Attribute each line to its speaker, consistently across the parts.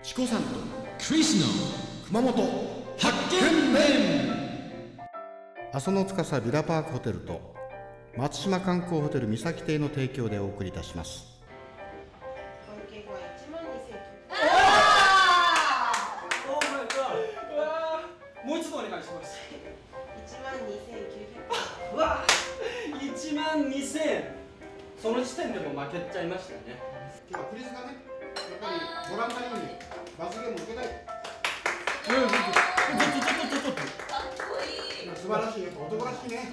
Speaker 1: チコさんとクリスの熊本発見面
Speaker 2: 阿蘇の司ビラパークホテルと松島観光ホテル三崎邸の提供でお送りいたします
Speaker 3: 合計は1万2900
Speaker 4: オーマイガーうわーもう一度お願いします
Speaker 3: 1万2900
Speaker 4: うわー1万2000その時点でも負けちゃいましたよね
Speaker 2: 今日はクリスがねやっぱりご覧のように罰ゲーム受けたい
Speaker 4: ちょっとちょっとちょっ
Speaker 2: 素晴らしいやっぱ男らしいね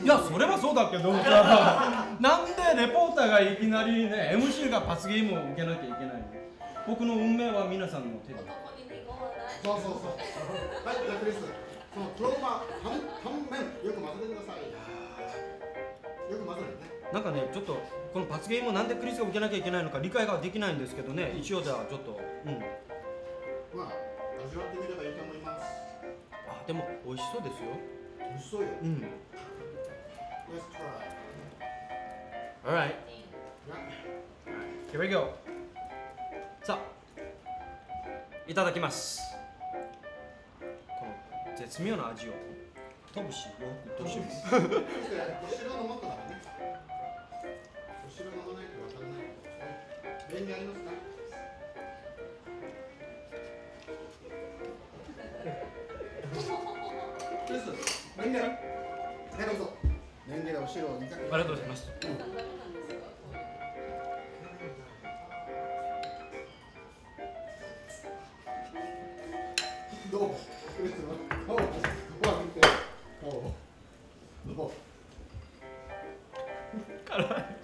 Speaker 4: といやそれはそうだけどさなんでレポーターがいきなりね MC が罰ゲームを受けなきゃいけないの僕の運命は皆さんの手で
Speaker 2: そうそうそうはいじゃあクリスそのクローバー半半面よく混ぜてくださいよく混ぜてね
Speaker 4: なんかねちょっとこの罰ゲームをなんでクリスが受けなきゃいけないのか理解ができないんですけどね一応じゃあちょっとうん
Speaker 2: まあ味わってみればいいと思います
Speaker 4: あでも美味しそうですよ
Speaker 2: 美味しそうよ
Speaker 4: うん
Speaker 2: Let's try
Speaker 4: Alright
Speaker 2: ね
Speaker 4: Here we go さあいただきますこの絶妙な味をトムシよくします
Speaker 2: そしてお城のもっとだからねお城飲まないとわかんないからね便利ありますかクリス年齢はいどうぞ年齢でお城を見かけ
Speaker 4: ありがとうございます
Speaker 2: どうクリスは顔をここは見て顔をどう
Speaker 4: 辛い